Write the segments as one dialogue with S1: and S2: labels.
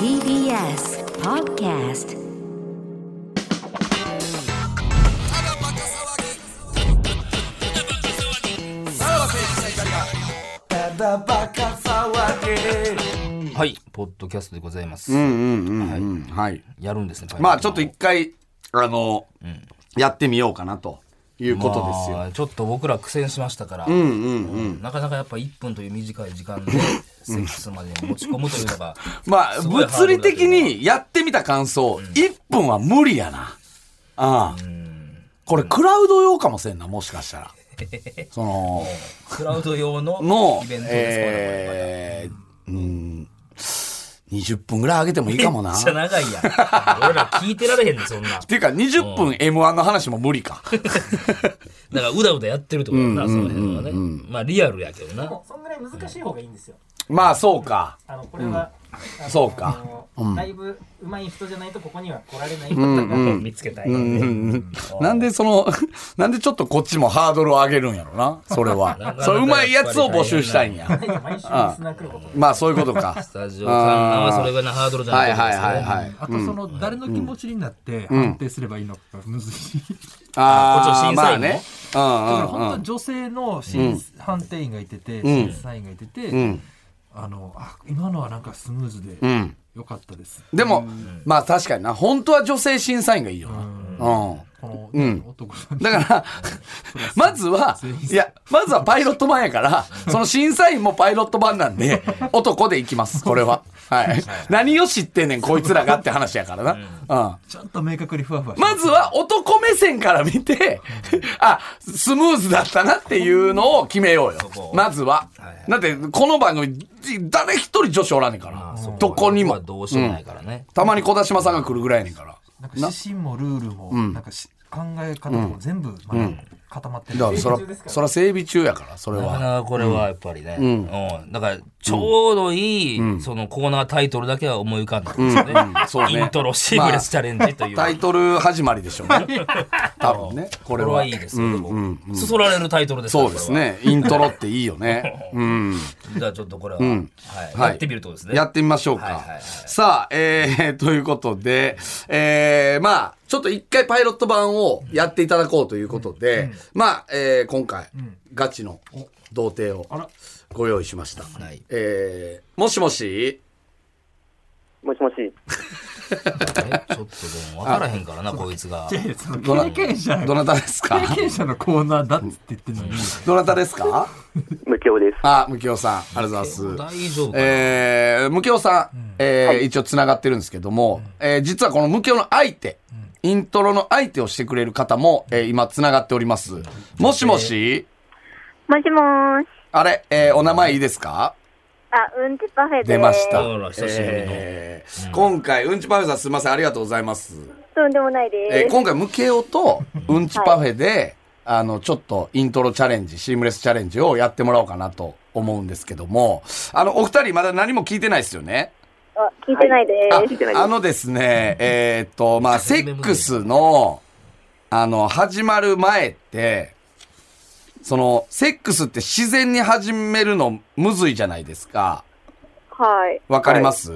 S1: TBS Podcast
S2: はい、ポッドキャストでございます。
S3: うんはい。
S2: やるんですね。
S3: まあちょっと
S2: い
S3: 一回、あの、やってみようかなということですよ。
S2: よ。ちょっと僕ら苦戦しましたから、うんなかなかやっぱ1分という短い時間で、セックスまで持ち込むというのが、
S3: まあ
S2: すごい
S3: 物理的にやってみた感想、1分は無理やな。ああ。これクラウド用かもせんな、もしかし たら。その、
S2: クラウド用の
S3: の
S2: イ、ベントですか
S3: えー、うん、20分ぐらい上げてもいいかもな。
S2: ら。
S3: っ
S2: めっちゃ長 いやん。俺ら聞いてられへんねん、そんな。だか
S3: ていうか20分 M1 の話も無理か。
S2: ら、うだうだやってるってことだな、その辺はね。まあ、リアルやけどな。
S4: そんぐらい難しい方がいいんですよ。
S3: まあそうか。
S4: あのこれは、あの
S3: そうか。
S4: だいぶ上手い人じゃないとここには来られない方が
S2: 見つけたいんで。
S3: なんでその、 なんでちょっとこっちもハードルを上げるんやろ な、それは。
S2: なか
S3: そう、うまいやつを募集したいんや。
S4: 毎週リスナー来ること。
S3: まあ、 そういうことか。
S2: スタジオさんはそれぐらいのハードルじゃな
S3: はいい
S2: ですか
S3: はい
S2: ら
S3: はいはい。
S5: あとその誰の気持ちになって判定すればいいのかがむずい。
S3: あ
S2: こっちの審査員も
S3: ね。うん
S5: だ
S3: う
S5: から
S3: ん
S5: 本当に女性の審判定員がいてて、審査員がいてて、あのあ今のはなんかスムーズで良かったです。
S3: でも、まあ確かにな、本当は女性審査員がいいよな。うん。
S5: この男さんに
S3: だ から、まずは、いや、まずはパイロット版やから、その審査員もパイロット版なんで、男でいきます、これは。はい。何を知ってんねん、こいつらがって話やからな。うん。
S5: ちゃんと明確にふわふわして
S3: まずは男目線から見て、あ、スムーズだったなっていうのを決めようよ
S2: こ。
S3: まずは。だって、この番組、誰一人女子おらんねんから。どこに
S2: まあ、
S3: も。
S2: どうしようもないからね。
S3: たまに小田島さんが来るぐらいやねんから。
S5: なんか指針もルールも、なんかし考え方も全部まだ固まってる
S3: だから、そら
S4: 整備中です、から
S3: そら整備中やから、それ
S2: なか
S3: は。
S2: なかこれはやっぱりね、うんだからちょうどいい、そのコーナータイトルだけは思い浮かんだんですよね,、
S3: そうね
S2: イントロシームレスチャレンジという、
S3: タイトル始まりでしょうね。多分ね。こ
S2: こ
S3: れ
S2: れは
S3: は。
S2: いいですよ、僕そそられるタイトルですから
S3: そうですね。イントロっていいよね。うん。
S2: これはじゃあちょっとこれは、はい
S3: はい
S2: やってみるとですね
S3: やってみましょうか。
S2: はいはいはい
S3: さあ、えー、 ということで、えー、まあ、ちょっと一回パイロット版をやっていただこうということで、まあ、えー、今回、ガチの童貞をご用意しました。
S2: はい
S3: えー、もしもし
S6: もしもし。
S2: ねちょっとでも分からへんからなこいつが
S5: いやその
S3: どな
S5: 経験者
S3: どなたですか
S5: 経験者のコーナーだっつって言ってるのに、
S3: どなたですか
S6: 無教です。
S3: あ、むきおさん、ありがとうございます。
S2: 大丈夫かな
S3: えー、ムケオさん、えー一応つながってるんですけども、えー実はこのムケオの相手、イントロの相手をしてくれる方も、えー今つながっております。もしもし、
S7: もしもーし。
S3: あれ、えーお名前いいですか
S7: あ、うんちパフェです。
S3: 出ました。
S2: あら久しぶりの
S3: えー今回、うんちパフェさんすみません、ありがとうございます。
S7: とんでもないです。
S3: えー今回、ムケオとうんちパフェで、あの、ちょっとイントロチャレンジ、シームレスチャレンジをやってもらおうかなと思うんですけども、あの、お二人まだ何も聞いてないですよね
S7: あ、聞いてないです。
S3: あ
S6: 聞いてないです
S3: あのですね、えーっと、 まあ、セックスの、あの、始まる前って、その、セックスって自然に始めるのむずいじゃないですか。
S7: はい。
S3: わかります、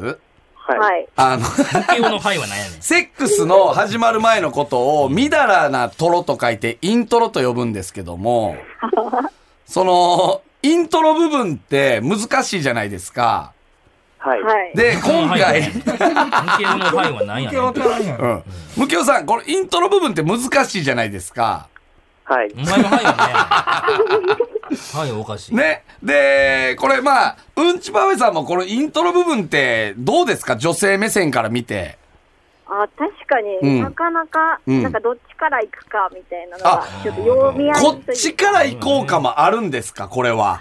S6: はい。
S7: はい。
S3: あの、
S2: 竹雄の範囲は何やねん
S3: セックスの始まる前のことを、みだらなトロと書いて、イントロと呼ぶんですけども、その、イントロ部分って難しいじゃないですか。
S6: はい。
S7: はい。
S3: で、今回、
S2: 竹雄の範囲は何やねん
S5: わからんやん
S3: う。ん。むきおさん、これイントロ部分って難しいじゃないですか。
S6: はい。
S2: お前の範囲はね範囲おかしい、
S3: ね。で、これまあ、うんちパフェさんもこのイントロ部分ってどうですか女性目線から見て。
S7: あ確かに、
S3: うん
S7: なかなか、
S3: うん
S7: なんかどっちから行くかみたいなのが、ちょっと読み合いという
S3: こっちから行こうかもあるんですか、これは。
S7: はい、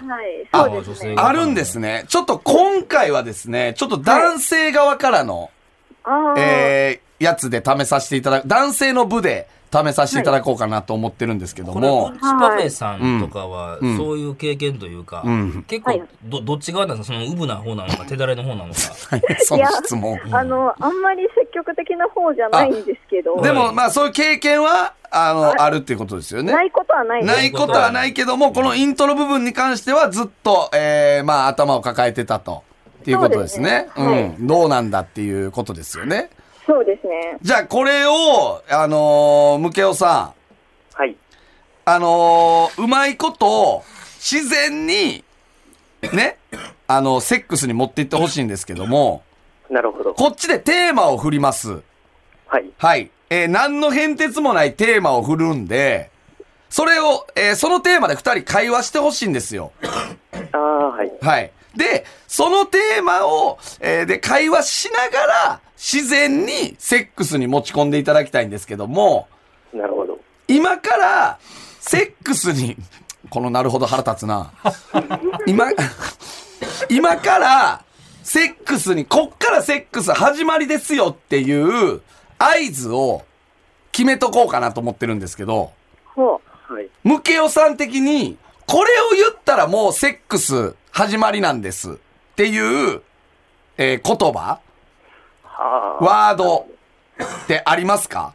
S3: あ
S7: そうですね。
S3: あるんですね。ちょっと今回はですね、ちょっと男性側からの、
S7: ああ、
S3: えー、やつで試させていただく、男性の部で試させていただこうかなと思ってるんですけど
S2: これ
S3: も
S2: は、チパフェさんとかは、
S3: ん
S2: そういう経験というか、
S3: ん
S2: 結
S7: はい
S2: 構どどっち側なんですかそのウブな方なのか手だれの方 なのか
S3: その質問。
S7: あの、あんまり積極的な方じゃないんですけど、
S3: でも、まあ、そういう経験は、あの、あるっていうことですよね。
S7: ないことはないです。
S3: ないことはないけども、このイントロ部分に関してはずっと、えー、まあ、頭を抱えてたと。っていうことですね。
S7: そうですねはい
S3: うん。どうなんだっていうことですよね。
S7: そうですね。
S3: じゃあ、これを、あのー、ムケオさん、
S6: はい。
S3: あのーうまいことを自然に、ね、あの、セックスに持っていってほしいんですけども、
S6: なるほど。
S3: こっちでテーマを振ります。
S6: はい。
S3: はい。えー何の変哲もないテーマを振るんで、それを、えーそのテーマで二人会話してほしいんですよ。
S6: ああ、はい。
S3: はい。で、そのテーマを、えーで、会話しながら、自然にセックスに持ち込んでいただきたいんですけども、
S6: なるほど。
S3: 今から、セックスに、このなるほど腹立つな。今、今から、セックスに、こっからセックス始まりですよっていう合図を決めとこうかなと思ってるんですけど、
S7: ほう。
S6: はい。
S3: ムケオさん的に、これを言ったらもうセックス始まりなんですっていう、えー言葉
S6: はあ。
S3: ワードってありますか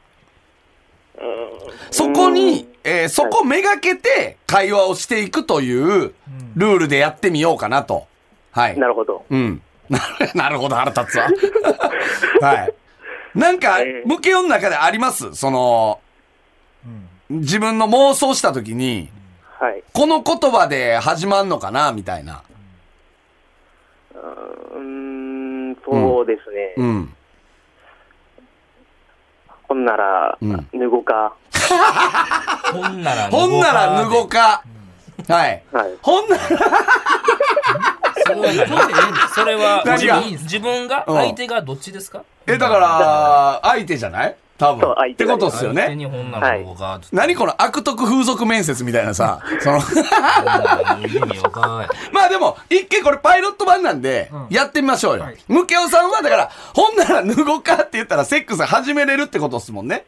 S3: そこに、えーそこめがけて会話をしていくというルールでやってみようかなと。はい
S6: な。るほど。
S3: うん。 なるなるほど、腹立つわ。はい。なんか
S6: え、ー
S3: ムケオの中でありますその、自分の妄想した時に、
S6: はい。
S3: この言葉で始まんのかなみたいな。
S6: うーん、そうですね。
S3: うん。
S6: ほんなら、
S3: うん
S6: 脱ごか。
S2: ほんなら
S3: ほんなら脱ご
S2: か
S3: か。はい。
S6: はい。
S3: ほんなら、
S2: それはそれは
S3: 何
S2: 自
S3: が
S2: 分自分が
S3: うん
S2: 相手がどっちですか
S3: え、だから、相手じゃない多
S6: そう
S3: 分。っ
S6: 相
S3: て
S6: 手
S3: ことっすよ
S2: 相手
S3: ね。
S2: にほんなら脱ごかって
S3: 何この悪徳風俗面接みたいなさ、その、
S2: ほんなら脱いでみようか
S3: まあでも、一見これパイロット版なんで、やってみましょうよ
S5: はい。
S3: ムケオさんは、だから、ほんなら脱ごうかって言ったら、セックス始めれるってことっすもんね。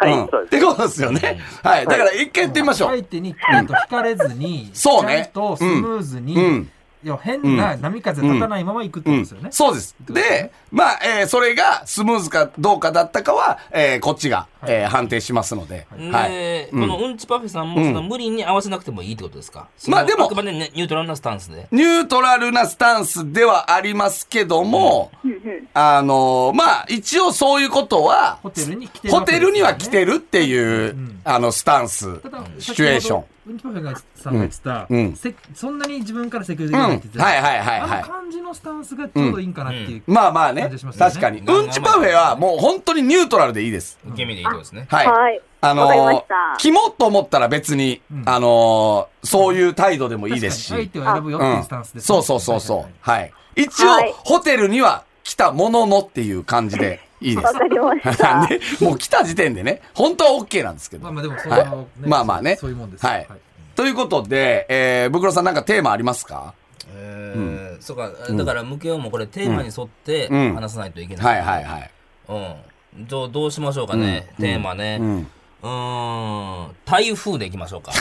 S6: はい、
S3: うん
S6: そう
S3: っ
S6: で
S3: てことっすよね。はい。だから、一回やってみましょう
S5: 相。手に、えっと、惹かれずに、
S3: そうね
S5: ちゃんとスムーズに、
S3: うん
S5: いや、変な波風立たないまま行くってことですよね。
S3: うんそうです。で、まあ、えーそれがスムーズかどうかだったかは、えーこっちが、えー判定しますので。 はい。
S2: で、このうんちパフェさんもその無理に合わせなくてもいいってことですか、その
S3: まあでも
S2: くまでねニュートラルなスタンスで。
S3: ニュートラルなスタンスではありますけども、あのーまあ、一応そういうことは、
S5: ホテルに来てる
S3: ホ
S5: わ
S3: テ
S5: けですよ
S3: ル
S5: ね
S3: には来てるっていう、
S5: ん
S3: あの、スタンス
S5: ただ、
S3: シチュエーション。
S5: ン。ウンキパフェがさんが言ってた、
S3: うんうん
S5: せそんなに自分から積極
S3: う
S5: 的
S3: ん。
S5: に
S3: は
S5: ないってて
S3: はいはい
S5: あの
S3: は
S5: 感じのスタンスがちょうどいいんかなっていう。
S3: い。まあまあね
S5: 感じしますよね
S3: 確かに。うんちパフェはもう本当にニュートラルでいいです。
S2: 受け身でいいってことですね。
S3: はい。
S7: はい
S3: あの
S7: わかりま
S3: ー
S7: した、
S3: 肝と思ったら別に、あのー、そういう態度でもいいですし。
S5: 確かに相手を選ぶよっていうスタンス
S3: うん、
S5: ですね、
S3: そうそうそうそう
S5: は
S3: は
S5: い。
S3: い。一応、
S7: はい
S3: ホテルには来たもののっていう感じでいいで
S7: わかりまし
S3: す。
S7: た。
S3: ね、もう来た時点でね、本当は OK なんですけど。
S5: まあまあでもそれ
S3: はい
S5: はね
S3: まあまあね。
S5: そういうもんです
S3: はい。
S5: はい
S3: ということで、えー、ブクロさんなんかテーマありますか
S2: えーそうか、だから向けようもこれテーマに沿って
S3: うん
S2: 話さないといけない。
S3: はいはいはい。
S2: うん。じゃあどうしましょうかね、テーマね。うん。ーん台風でいきましょう か。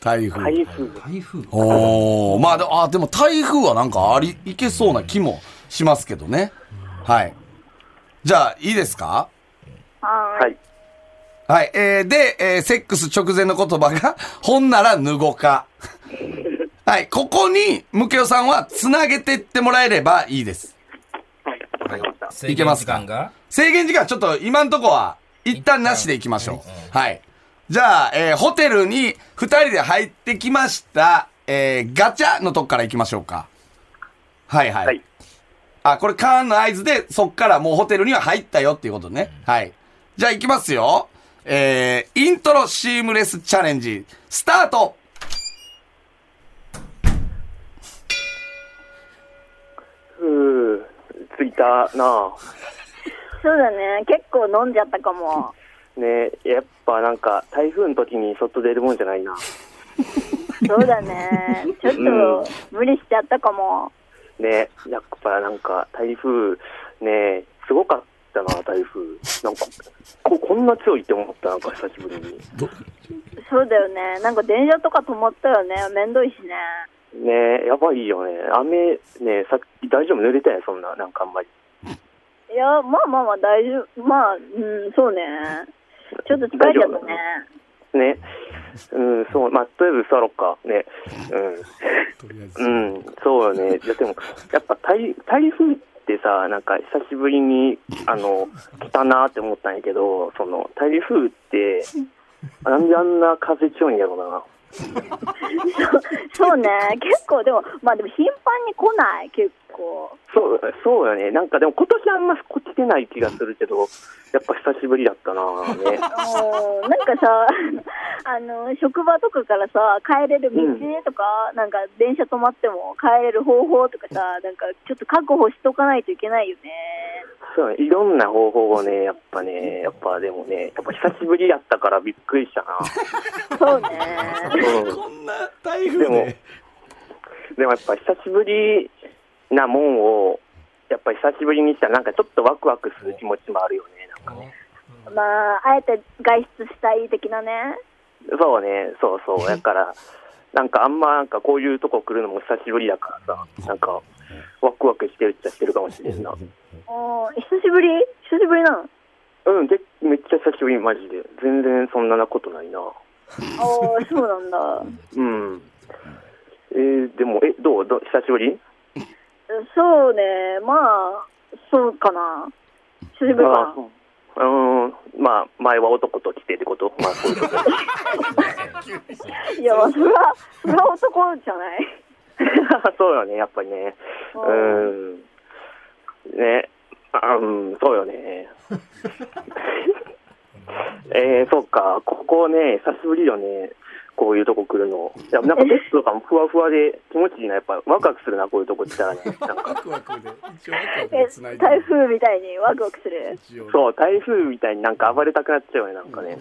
S3: 台
S6: す。
S3: 風。
S6: 台風。
S5: 台風。
S3: おー、まあでも、あ、でも台風はなんかあり、いけそうな気もしますけどね。はい。じゃあ、いいですか
S7: は。
S6: はいい。
S3: はい。えー、で、えーセックス直前の言葉が、 ほんなら脱ご か。はい。ここに、ムケオさんは、つなげてってもらえればいいです。
S6: わかりました。
S3: いけますか
S2: 制限時間が
S3: 制限時間、ちょっと今んとこは、一旦なしでいきましょう。はい。じゃあ、えーホテルに二人で入ってきました、えーガチャのとこからいきましょうか。はいはい。
S6: はい。
S3: あ、これカーンの合図で、そっからもうホテルには入ったよっていうことね。はい。じゃあ行きますよ。えー、イントロシームレスチャレンジ、スタート
S6: ふう、着いたなあ。
S7: そうだね。結構飲んじゃったかも。
S6: ねやっぱなんか、台風の時に外出るもんじゃないな。
S7: そうだね。ちょっと無理しちゃったかも。
S6: ねやっぱなんか、台風、ねすごかったな、台風。なんか、ここんな強いって思った、なんか久しぶりに。
S7: そうだよね。なんか電車とか止まったよね。めんどいしね。
S6: ねやばいよね。雨、ねさっき大丈夫濡れたやん、そんな、なんかあんまり。
S7: いや、まあまあまあ大丈夫。まあ、うん、そうね。ちょっと疲れちゃったね。
S6: ね。うん、そう、まあ、とりあえず座ろっか。ね。うん。うん、そうよね。いや、でも、やっぱ台、台風ってさ、なんか久しぶりに、あの、来たなって思ったんやけど、その、台風って、なんであんな風強いんやろうな。
S7: そうね。結構でも、まあでも頻繁に来ない。結構。
S6: そう、そうよね。なんかでも今年あんまこっち出ない気がするけど、やっぱ久しぶりだったなね。
S7: うんなんかさ、 あの、職場とかからさ、帰れる道とか、なんか電車止まっても帰れる方法とかさ、なんかちょっと確保しとかないといけないよね。
S6: そうね。いろんな方法をね、やっぱね、やっぱでもね、やっぱ久しぶりだったからびっくりしたな。
S7: そうね。
S6: うん
S3: こんな台
S6: で
S3: 風
S6: も
S3: で、
S6: でもやっぱ久しぶりなもんを、やっぱり久しぶりにしたら、なんかちょっとワクワクする気持ちもあるよね、なんかね。
S7: まあ、あえて外出したい的なね。
S6: そうね、そうそう、だから、なんかあんまなんかこういうとこ来るのも久しぶりだからさ、なんか、ワクワクしてるっちゃしてるかもしれんな。
S7: うん、久しぶり久しぶりなの
S6: うん、でめっちゃ久しぶり、マジで。全然そんなことないな。
S7: ああ、そうなんだ。
S6: うん。えーでも、え、どうどう久しぶり
S7: そうね、まあ、そうかな。久しぶりかな。
S6: あーうん、まあ、前は男と来てってことまあ、そういうこと。
S7: いや、まあ、それは、それは男じゃない。
S6: そうよね、やっぱりね。うん。ね。あうん、そうよね。えー、そうか、ここね、久しぶりよね、こういうとこ来るの。いやなんかベッドとかもふわふわで気持ちいいな、やっぱワクワクするな、こういうとこ来たらね。なんか
S3: ワクワクで一応ワクワクでつない
S7: え、
S3: で
S7: 台風みたいにワクワクする。
S3: 一応
S6: そう、台風みたいになんか暴れたくなっちゃうよね、なんかね。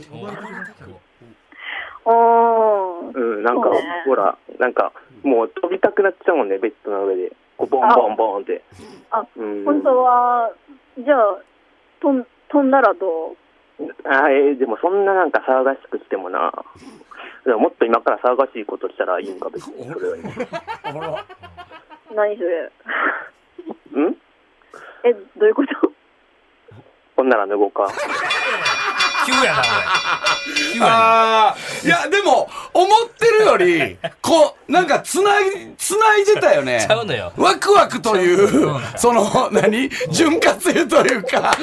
S7: おー。
S6: うん、なんか
S7: そうね、
S6: ほら、なんか、もう飛びたくなっちゃうもんね、ベッドの上で。こうボンボンボンって。
S7: あ、
S6: うん、
S7: 本当は、じゃあ、とん飛んだらどう
S6: あーえーでもそんななんか騒がしくしてもな。でももっと今から騒がしいことしたらいいんか、別にそれよりも。
S7: 何それ。
S6: ん
S7: え、どういうこと
S6: ほんなら脱ご うか。
S2: 急やな、おい。急やな。
S3: あーいや、でも、思ってるより、こう、なんか、つない、つないでたよね。
S2: ちゃうのよ
S3: ワクワクという、その、何潤滑油というか、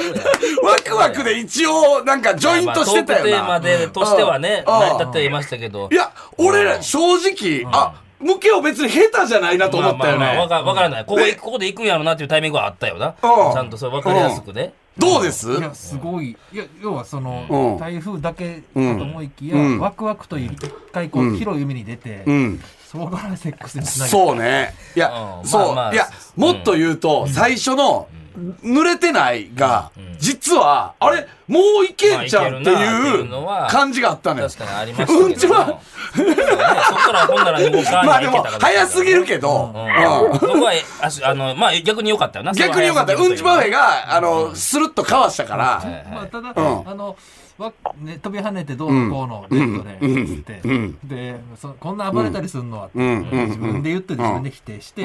S3: ワクワクで一応、なんか、ジョイントしてたよ
S2: まあまあ
S3: な。
S2: トークテーマで、としてはね、
S3: うん
S2: 成り立ってはいましたけど。
S3: いや、俺ら、正直、あ、向けを別に下手じゃないなと思ったよ
S2: まあまあまあわ
S3: ね。
S2: かわからない。ここ
S3: で
S2: で、ここで行くんやろうなっていうタイミングはあったよな。ち
S3: うん
S2: ゃんとそれ分かりやすくね。
S3: どうです
S5: いやすごいいや要はその、
S3: うん
S5: 台風だけかと思いきや、
S3: うん
S5: ワクワクという一回こう、広い海に出て、
S3: うん。
S5: そこからセックスにつなげ
S3: そうね。いや、
S2: うん
S3: そう、
S2: まあまあ
S3: いや、もっと言うと、最初の、濡れてないが、実は、あれ、もういけんちゃうって
S2: まあいけるなって
S3: い
S2: いうのは
S3: う感じがあったのよ
S2: 確。かにありましたけども。
S3: うんちは
S2: そうねそっからほんなら動か
S3: まあ
S2: ない
S3: で
S2: けた
S3: も、
S2: から
S3: 早すぎるけど、
S2: うん
S3: うん
S2: そこは、あしあの、まあ逆に良かったよな。
S3: 逆によかった。
S2: それは
S3: う
S2: 早
S3: ん
S2: す
S3: ち
S2: ぎると
S3: バフ
S2: い
S3: ェ
S2: う
S3: が、あの、スルッとかわしたから、
S5: まあ、た
S3: ん
S5: だ、あのわね、飛び跳ねてどうのこうのベッドでつって、でそこんな暴れたりするのは、自分で言って自分で否定して、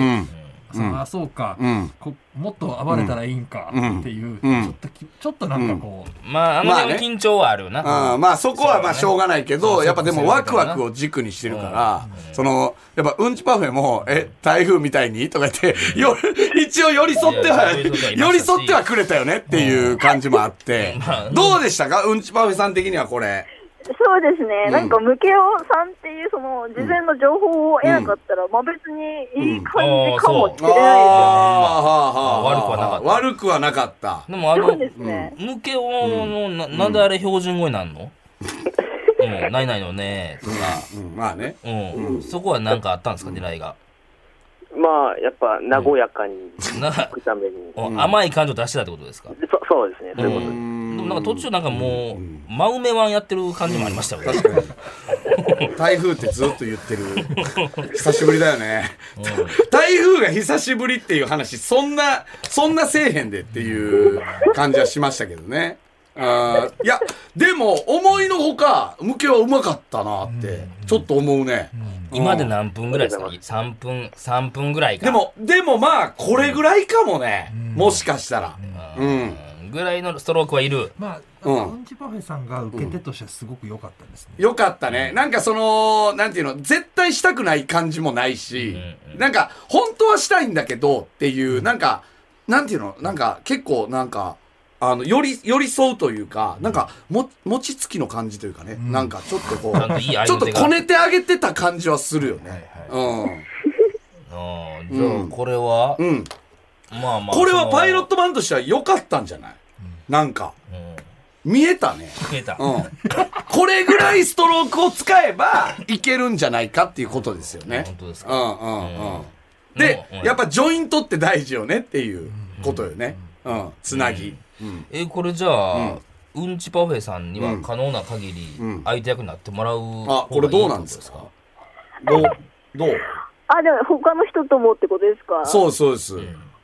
S5: そのあそうか、こもっと暴れたらいいんかっていう、ちょっときちょっとなんかこう、
S2: まあ、あの
S3: まあ
S2: 辺は
S3: ね
S2: 緊張はあるよな。
S3: うんまあそこはまあしょうがないけど、
S2: そう
S3: やっぱでもワクワ
S2: そう
S3: クを軸にしてるから、その、やっぱうんちパフェも、え、台風みたいにとか言って、よ、一応寄り添っては、
S2: いや寄り添ってはいましたし
S3: 寄り添ってはくれたよねっていう感じもあって
S2: まあ、
S3: どうでしたかうんちパフェさん的にはこれ。
S7: そうですね、なんか、ムケオさんっていう、その、事前の情報を得なかったら、まあ別にいい感じかもし
S3: あ
S7: れない
S3: あー、はあ、は
S2: まあ
S3: あ、悪くはなかった。悪くはなかった。
S2: でもあ
S7: です。そう
S2: の、
S7: ですね。
S2: 抜け音のな、なんであれ標準語になんのうん、ないないのね。
S3: まあ、うんまあね。
S2: うん。そこはなんかあったんですか、狙いが。
S6: まあ、やっぱ、和やかに
S2: な
S6: 行くために。
S2: お甘い感情出してたってことですか
S6: そそうですね、そういうことです。
S3: ん
S2: でもなんか途中なんかもう、真埋め湾やってる感じもありましたよね。確かに。
S3: 台風ってずっと言ってる久しぶりだよね台風が久しぶりっていう話そんなそんなせえへんでっていう感じはしましたけどねあーいやでも思いのほか向けはうまかったなってちょっと思うね、
S2: 今で何分ぐらいですか ?3 分、3分ぐらいか。
S3: でもでもまあこれぐらいかもね、もしかしたら
S2: う、
S3: うんん
S2: ぐらいのストロークはいる。
S5: まあ、
S3: うん
S5: ラウンジパフェさんが受け手としてはすごく良かったですね。
S3: よかったね。なんかその、なんていうの、絶対したくない感じもないし、なんか、本当はしたいんだけどっていう、なんか、なんていうの、なんか、結構なんか、あの、より、寄り添うというか、なんか、も、餅つきの感じというかね、なんか、ちょっとこう、
S2: ちゃんといい相手が
S3: ちょっとこねてあげてた感じはするよね。
S2: あーじゃあこれは、
S3: うん。うん。
S2: まあまあ。
S3: これはパイロッ
S2: ト。
S3: ト版としては良かったんじゃないなんか、
S2: うん
S3: 見えたね。
S2: 増えた。
S3: うん。これぐらいストロークを使えばいけるんじゃないかっていうことですよね。
S2: 本当です
S3: う
S2: か。
S3: んうんうん。
S2: ん
S3: で
S2: うん、
S3: やっぱジョイントって大事よねっていうことよね。うん。つなぎ。うん。
S2: え、これじゃあ、うんちパフェさんには可能な限り
S3: うん
S2: 相手役になってもらう
S3: あ、これどうなんですかどうどう
S7: あ、でも他の人ともってことですか
S3: そうそうです。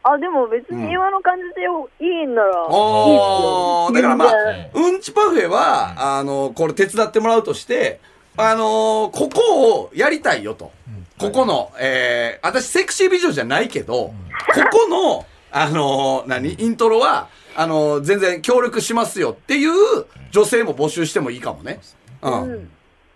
S7: あ、でも別に今の感じでいいんなら、
S3: ああ、だからまあ、
S7: 全
S3: うんちパフェは、あの、これ手伝ってもらうとして、あのーここをやりたいよと。ここの、えー、私セクシー美女じゃないけど、ここの、あのー何イントロは、あのー全然協力しますよっていう女性も募集してもいいかもね。うん。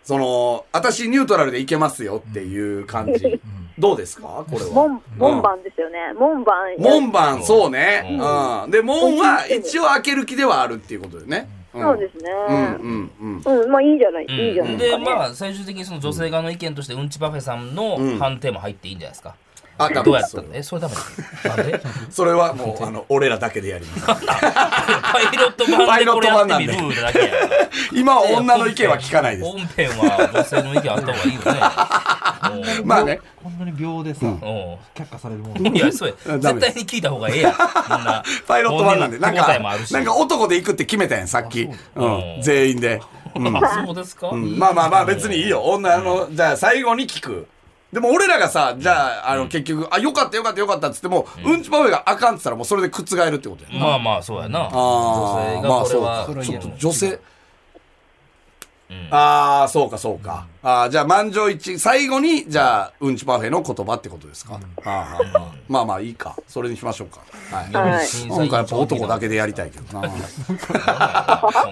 S3: その、私ニュートラルでいけますよっていう感じ。どうですかこれは。
S7: 門門番ですよね。門番。
S3: 門番、そうね。
S2: うん
S3: うん。で、門は一応開ける気ではあるっていうことよね。ん
S7: そうですね。
S3: うんうんうん。
S7: うん、まあいいじゃない、
S2: うん
S7: いいじゃないです
S2: で
S7: か、ね。
S2: まあ最終的にその女性側の意見としてうんちパフェさん
S3: う
S2: の
S3: ん
S2: 判定も入っていいんじゃないですか、
S3: あ、ダ
S2: どう
S3: メで
S2: やっ
S3: す
S2: た。のえそれダメだなんで
S3: それはもう、あ の、俺らだけでやります。
S2: パイロット版でこれやってみるだけや
S3: 今は女の意見は聞かないです。
S2: 本編は女性の意見あった方がいいよね
S3: まあね。
S5: こんなに秒でさ、
S2: おう
S5: 却下されるも
S2: お
S5: ん
S2: ういやそうや
S3: ダ
S2: 絶
S3: メで
S2: 対に聞いた方がええやんみん な
S3: パイロット版なんで、なんか
S2: 手応えもある、し
S3: なんか男で行くって決めたやん、さっき。うん。全員で。 うん。
S2: あそうですか、
S3: うんまあまあまあ、別にいいよ。女の、じゃあ最後に聞く。でも俺らがさ、じゃあ、あの、結局、あ、よかったよかったよかったっつっても、うんちパフェがあかんっつったらもうそれで覆るってことやん。
S2: まあまあそうやな
S3: あ
S2: 女性
S3: あ、ま
S2: がこ
S3: あ
S2: れ
S3: そう
S2: は
S3: か。ちょっと女性。ああ、そうかそうか。ああ、じゃあ満場一致、最後に、じゃあ、うんちパフェの言葉ってことですか。ああああまあまあいいか。それにしましょうか。はい。
S7: はい
S3: 今回やっぱ男だけでやりたいけどな。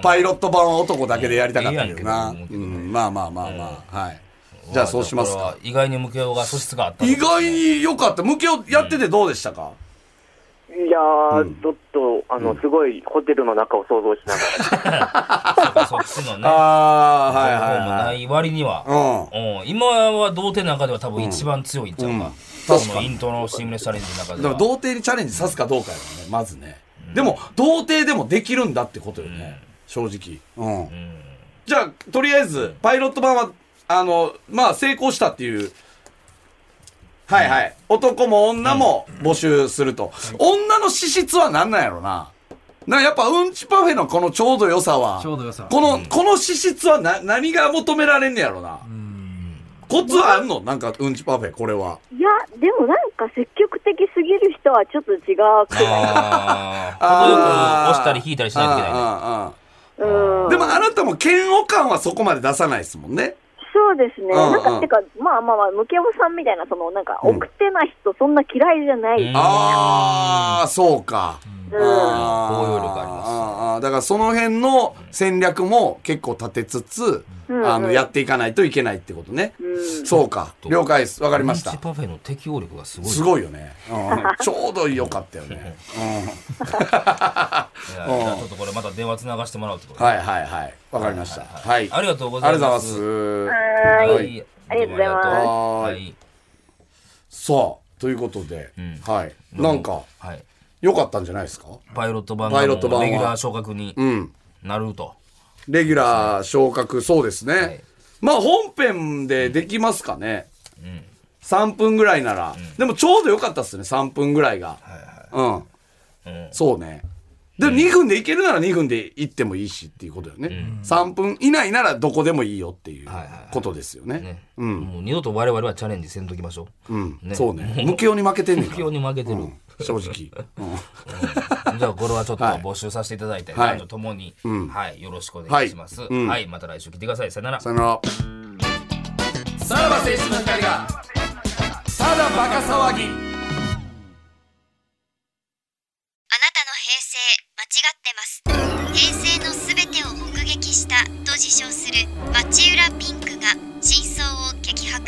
S3: パ
S2: イ
S3: イロット版は男だけでやりたかったけどな。う
S2: うんいいやんけど
S3: ん、まあまあまあまあ。はい。じゃあそうしますか。
S2: 意外に向けようが素質があったの
S3: 意外に良かった。向けをやっててどうでしたか
S6: いやー、ちょっと、あの、すごいホテルの中を想像しながら、
S2: そうかそっちのね
S3: ああ、はい
S2: も
S3: はいは。
S2: ないい割には、
S3: うん。
S2: うん今は童貞の中では多分一番強いんちゃうか、
S3: うんうん
S2: そ
S3: 確か
S2: の
S3: に
S2: イントロのシームレスチャレンジの中で
S3: だか
S2: は
S3: ら童貞にチャレンジさすかどうかよねまずね、でも童貞でもできるんだってことよね、正直、うんじゃあとりあえずパイロット版はあのまあ成功したっていうはいはい男も女も募集すると、女の資質は何なんやろななんかやっぱうんちパフェのこのちょうど良さは
S5: ちょうど良さ
S3: この、この資質はな何が求められんねやろな、コツはあんのなんかうんちパフェこれはい
S7: や、でもなんか積極的すぎる人はちょっと違くない。
S2: ああ程よく押したり引いたりしないといけないね
S3: ない
S7: うん。
S3: でもあなたも嫌悪感はそこまで出さないですもんね。
S7: そうですね。
S3: うんうん
S7: なんか、てか、まあまあまあ、ムケオさんみたいな、その、なんか、奥手な人、そんな嫌いじゃない。
S2: うん
S3: ああ、そうか。
S7: うん。
S3: あー
S2: 包容力あります
S3: あーだからその辺の戦略も結構立てつつ、
S7: うん
S3: あの、やっていかないといけないってことね。
S7: うん
S3: そうか。了解です。わかりまし
S2: ミ
S3: た
S2: ンチ。パフェの適応力がすごい
S3: すごいよね。 うん、ちょうどよかったよね。
S2: いやじゃあちょっとこれまた電話つながしてもらうってこと
S3: うん、はいはいはい。わかりました。はい。
S2: ありがとうございます
S3: ありがとうございます。
S7: はーい。
S2: い
S7: ありがとうございます
S2: どうもあ
S3: は
S2: り
S3: ー
S2: が
S3: い
S2: と
S3: さあ、ということで、
S2: ん
S3: はい。
S2: う
S3: なんか、
S2: はいはい
S3: 良かったんじゃないですか
S2: パイロット版
S3: パイロット
S2: が
S3: 版は
S2: レギュラー昇格に
S3: うん。
S2: なると
S3: レギュラー昇格、そうですね。
S2: い
S3: まあ、本編でできますかね。3分ぐらいなら。でも、ちょうどよかったっすね、3分ぐらいが。うん。そうね。でも2分で行けるなら2分で行ってもいいしっていうことだよね、3分以内ならどこでもいいよっていうことですよね、
S2: ね
S3: うん、
S2: もう二度と我々はチャレンジせんときましょう。
S3: うん
S2: ね
S3: そうね無形に負けてんねん
S2: 不
S3: か
S2: 況に負けてる。
S3: ら正直、うん
S2: じゃあこれはちょっと
S3: はい
S2: 募集させていただいて、
S3: はい
S2: 男女ともに、
S3: ん
S2: はい、よろしくお願いします。
S3: は
S2: はいい、
S3: うん
S2: また来週来てください。さよなら。
S3: さよならさらば青春の光がただバカ騒ぎ
S8: あなたの平成間違ってます平成のすべてを目撃したと自称する町浦ピンクが真相を激白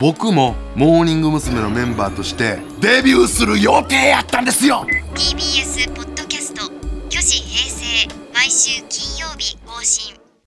S9: 僕もモーニング娘。のメンバーとしてデビューする予定やったんですよ
S8: TBS ポッドキャスト「巨子平成」毎週金曜日更新